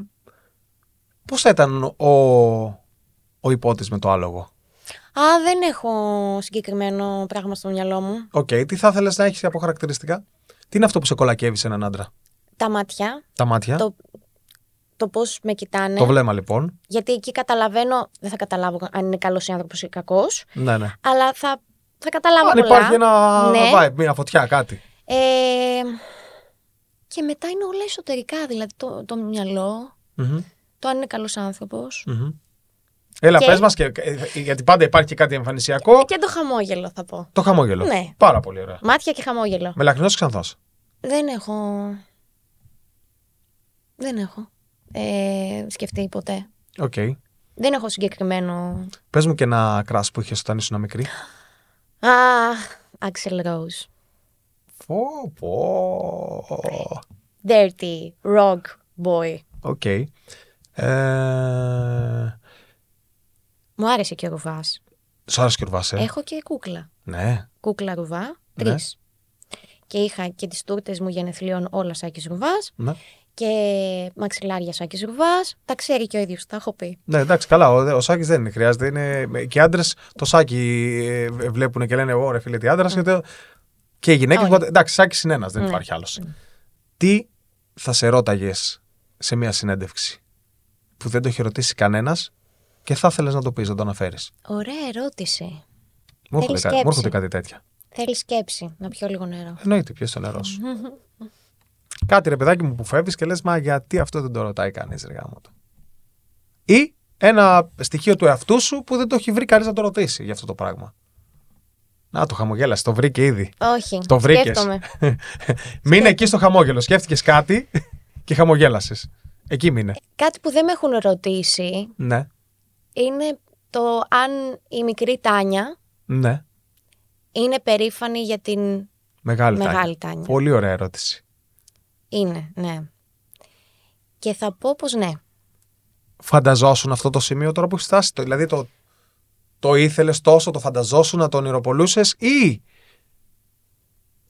πώς θα ήταν ο, ο υπότης με το άλογο. Α, δεν έχω συγκεκριμένο πράγμα στο μυαλό μου. Οκ, τι θα ήθελες να έχεις από χαρακτηριστικά. Τι είναι αυτό που σε κολακεύει σε έναν άντρα. Τα μάτια, Τα μάτια, το, το, το πώς με κοιτάνε. βλέμμα λοιπόν. Γιατί εκεί καταλαβαίνω, δεν θα καταλάβω αν είναι καλός άνθρωπος ή κακός, Ναι, ναι. αλλά θα, θα καταλάβω Αν πολλά. υπάρχει ένα Ναι. vibe, μια φωτιά, κάτι. Ε, και μετά είναι όλα εσωτερικά, δηλαδή το, το μυαλό, Μμμ. το αν είναι καλός άνθρωπος. Μμμ. Έλα, Και- πες μας και... ε, γιατί πάντα υπάρχει και κάτι εμφανισιακό. Και το χαμόγελο θα πω. Το χαμόγελο. Ναι. Πάρα πολύ ωραία. Μάτια και χαμόγελο. Μελαχρινός ξανθός. Δεν έχω. Δεν έχω. Ε, σκεφτεί ποτέ. Οκ. Δεν έχω συγκεκριμένο. Πες μου και ένα κράσι που είχες όταν ήσουν μικρή. Α, Axel Rose. Πω, πω. Dirty rock boy. Οκ. Ε, Μου άρεσε και ο Ρουβάς. Σ' άρεσε και ο Ρουβάς, ε. Έχω και κούκλα. Ναι. κούκλα ρουβά, Ναι. τρεις. Και είχα και τις τούρτες μου γενεθλίων όλα σάκης ρουβάς ναι. και μαξιλάρια σάκης ρουβάς. Τα ξέρει και ο ίδιος, τα έχω πει. Ναι, εντάξει, καλά. Ο, ο Σάκης δεν είναι, χρειάζεται. Είναι, και οι άντρες το Σάκη ε, ε, βλέπουν και λένε: Ωραία, φίλε, τι άντρας. Και, και οι γυναίκες. Όχι. Εντάξει, Σάκης είναι ένας, δεν Ναι. υπάρχει άλλος. Τι θα σε ρώταγες σε μια συνέντευξη που δεν το έχει ρωτήσει κανένας και θα ήθελε να το πεις, να το αναφέρεις. Ωραία ερώτηση. Μου, έρχονται Θέλεις κα- μου σκέψη. έρχονται κάτι τέτοια. Θέλεις σκέψη. Να πιω λίγο νερό. Εννοείται, ποιο το νερό σου. κάτι ρε παιδάκι μου που φεύγεις και λες: Μα γιατί αυτό δεν το ρωτάει κανείς, ρε γάμο του. Ή ένα στοιχείο του εαυτού σου που δεν το έχει βρει κανείς να το ρωτήσει για αυτό το πράγμα. Να το χαμογέλασε, το βρήκε ήδη. Όχι. Το βρήκες. Σκέφτομαι. Μείνε εκεί στο χαμόγελο. Σκέφτηκες κάτι και χαμογέλασες. Εκεί μείνε. Κάτι που δεν με έχουν ρωτήσει Ναι, είναι το αν η μικρή Τάνια ναι. είναι περήφανη για την. Μεγάλη, Τάνια. Μεγάλη Τάνια. Πολύ ωραία ερώτηση. Είναι, ναι. Και θα πω πως ναι. φανταζόσουν αυτό το σημείο τώρα που έχεις φτάσει. Το- Δηλαδή το, το ήθελες τόσο, το φανταζόσουν να το ονειροπολούσες ή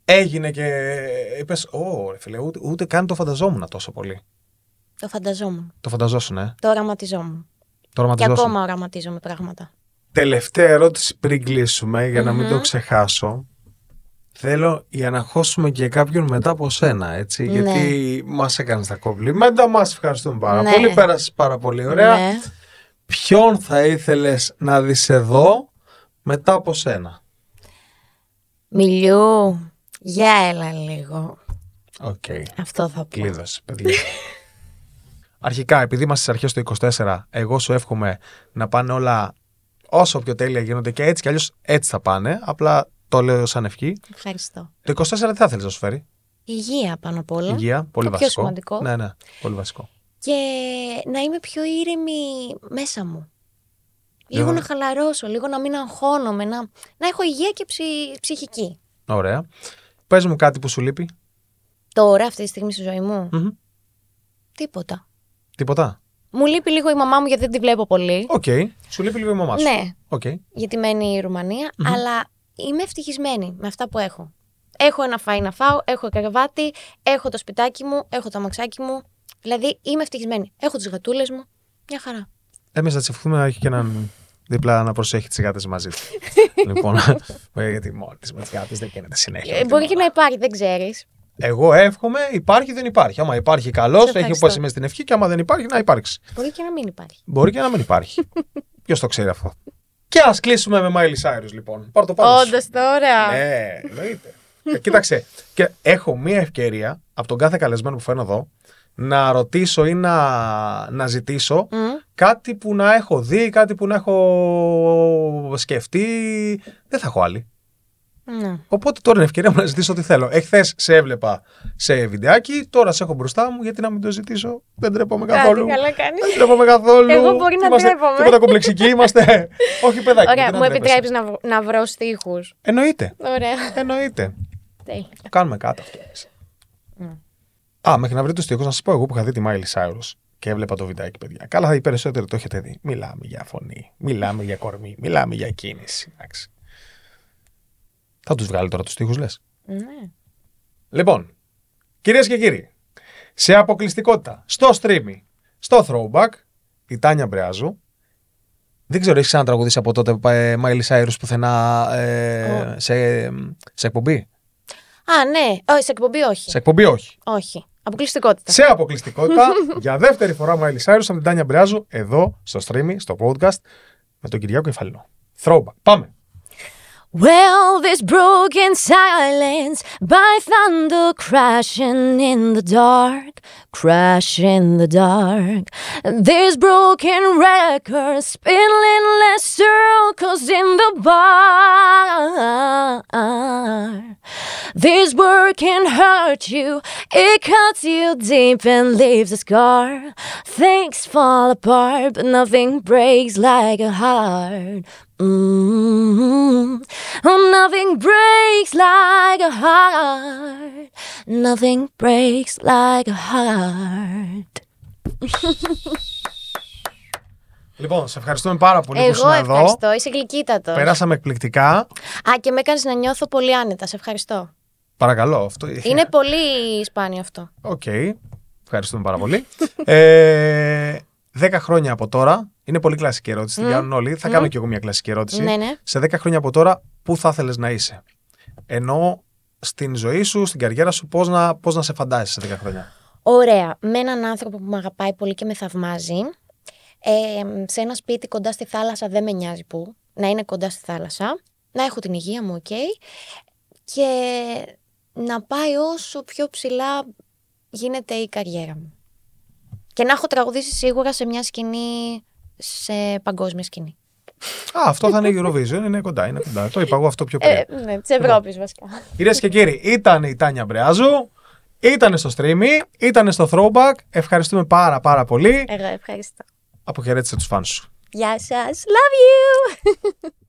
έγινε και είπες: Ω, ρε φίλε, ούτε, ούτε καν το φανταζόμουν τόσο πολύ. Το φανταζόμουν. Το φανταζόσουν, ε. Το οραματιζόμουν. Το Και οραματιζόσουν. ακόμα οραματίζομαι πράγματα. Τελευταία ερώτηση πριν κλείσουμε, για να μην Μμμ. το ξεχάσω. Θέλω για να χώσουμε και κάποιον μετά από σένα, έτσι. Ναι. Γιατί μας έκανες τα κομπλιμέντα, μα ευχαριστούμε πάρα Ναι. πολύ. Πέρασες πάρα πολύ Ε, ωραία. Ναι. Ποιον θα ήθελες να δεις εδώ μετά από σένα. Μιλιού, για έλα λίγο. Οκ. Αυτό θα πω. Κλείδωσε, παιδιά. Αρχικά, επειδή είμαστε στις αρχές του 24, εγώ σου εύχομαι να πάνε όλα όσο πιο τέλεια γίνονται και έτσι κι αλλιώς έτσι θα πάνε. Απλά το λέω σαν ευχή. Ευχαριστώ. Το 24 τι θα θέλεις να σου φέρει. Υγεία πάνω απ' όλα. Υγεία, πολύ Ναι. το πιο βασικό. σημαντικό. Ναι, ναι, πολύ βασικό. Και να είμαι πιο ήρεμη μέσα μου. Λίγο Λίγο. να χαλαρώσω, λίγο να μην αγχώνομαι, να, να έχω υγεία και ψυ- ψυχική. Ωραία. Πες μου κάτι που σου λείπει. Τώρα, αυτή τη στιγμή στη ζωή μου, Μμμ. τίποτα. Τίποτα. Μου λείπει λίγο η μαμά μου γιατί δεν τη βλέπω πολύ. Οκ. Σου λείπει λίγο η μαμά σου. Ναι, Οκ. γιατί μένει η ρουμανια αλλά είμαι ευτυχισμένη με αυτά που έχω. Έχω ένα φάι να φάω, έχω κρεβάτι, έχω το σπιτάκι μου, έχω το αμαξάκι μου. Δηλαδή είμαι ευτυχισμένη. Έχω τις γατούλες μου. Μια χαρά. Εμείς θα τη ευχηθούμε να έχει και έναν δίπλα να προσέχει τις γάτες μαζί του. λοιπόν, ε, γιατί μόνη της με τις γάτες δεν γίνεται συνέχεια. Λοιπόν, Ε, μπορεί και να υπάρχει, δεν ξέρεις. Εγώ εύχομαι, υπάρχει δεν υπάρχει. Άμα υπάρχει, καλώς, Σε έχει ευχαριστώ. όπως μέσα στην ευχή και άμα δεν υπάρχει, να υπάρξει. Μπορεί και να μην υπάρχει. Μπορεί και να μην υπάρχει. Ποιος το ξέρει αυτό. Και ας κλείσουμε με Miley Cyrus, λοιπόν. Πάρ το πάνω. σου. Όντως τώρα. Ναι, εννοείται. Ε, Κοίταξε, και έχω μία ευκαιρία από τον κάθε καλεσμένο που φέρνω εδώ να ρωτήσω ή να, να ζητήσω Μμ. κάτι που να έχω δει, κάτι που να έχω σκεφτεί. Δεν θα έχω άλλη. Ναι. Οπότε τώρα είναι ευκαιρία μου να ζητήσω ό,τι θέλω. Εχθές σε έβλεπα σε βιντεάκι, τώρα σε έχω μπροστά μου. Γιατί να μην το ζητήσω, δεν τρέπομαι καθόλου. Κάτι καλά κάνεις. Δεν τρέπομαι καθόλου. Εγώ μπορεί να είμαστε, ντρέπομαι. Τίποτα κομπλεξικοί είμαστε. Όχι, παιδάκι. Ωραία, γιατί να μου ντρέπεσαι. επιτρέπει να, β- να βρω στίχους. Εννοείται. Ωραία. Εννοείται. Τέλεια. Το κάνουμε κάτω αυτό. Α, μέχρι να βρείτε τους τείχου, να σας πω εγώ που είχα δει τη Miley Cyrus και έβλεπα το βιντεάκι, παιδιά. Καλά, θα οι περισσότεροι το έχετε δει. Μιλάμε για φωνή, μιλάμε για κορμί, μιλάμε για κίνηση. εντάξει. Θα τους βγάλει τώρα τους τείχου, λες. Ναι. Λοιπόν, κυρίες και κύριοι, σε αποκλειστικότητα, στο streaming, στο throwback, η Τάνια Μπρεάζου. Δεν ξέρω, έχεις ξανατραγουδήσει από τότε ε, Miley Cyrus πουθενά ε, σε, σε εκπομπή. Α, ναι. Ω, σε εκπομπή όχι. Σε εκπομπή, όχι. Όχι. Αποκλειστικότητα. σε αποκλειστικότητα για δεύτερη φορά Miley Cyrus από την Τάνια Μπρεάζου εδώ στο stream, στο podcast με τον Κυριάκο Κεφαλινό. Throwback. Πάμε. Well, this broken silence by thunder crashing in the dark, crashing in the dark. This broken record spinning less circles in the bar. This word can hurt you, it cuts you deep and leaves a scar. Things fall apart, but nothing breaks like a heart. Mm-hmm. Oh, nothing breaks like a heart. Nothing breaks like a heart. Λοιπόν, σε ευχαριστούμε πάρα πολύ που Εγώ ήσουν εδώ. ευχαριστώ. Είσαι γλυκύτατος. Περάσαμε εκπληκτικά. Α, και με έκανες να νιώθω πολύ άνετα. Σε ευχαριστώ. Παρακαλώ. Αυτό Είναι πολύ σπάνιο αυτό. Οκ. Ευχαριστούμε πάρα πολύ. ε, δέκα χρόνια από τώρα. Είναι πολύ κλασική ερώτηση. Την κάνουν όλοι. Θα κάνω κι εγώ μια κλασική ερώτηση. Ναι, ναι. Σε δέκα χρόνια από τώρα, πού θα ήθελε να είσαι. Ενώ στην ζωή σου, στην καριέρα σου, πώς να, πώς να σε φαντάζεσαι σε δέκα χρόνια. Ωραία. Με έναν άνθρωπο που με αγαπάει πολύ και με θαυμάζει. Ε, σε ένα σπίτι κοντά στη θάλασσα, δεν με νοιάζει που. Να είναι κοντά στη θάλασσα. Να έχω την υγεία μου, οκ. Και να πάει όσο πιο ψηλά γίνεται η καριέρα μου. Και να έχω τραγουδήσει σίγουρα σε μια σκηνή, σε παγκόσμια σκηνή. Α, αυτό θα είναι η Eurovision. Είναι κοντά, είναι κοντά. Το είπα εγώ αυτό πιο πριν. Ε, ναι, της Ευρώπης βασικά. Κυρίες και κύριοι, ήταν η Τάνια Μπρεάζου. Ήταν στο streaming, ήταν στο throwback. Ευχαριστούμε πάρα πάρα πολύ. Εγώ ευχαριστώ. Αποχαιρέτησε τους φανς σου. Γεια σας. Love you.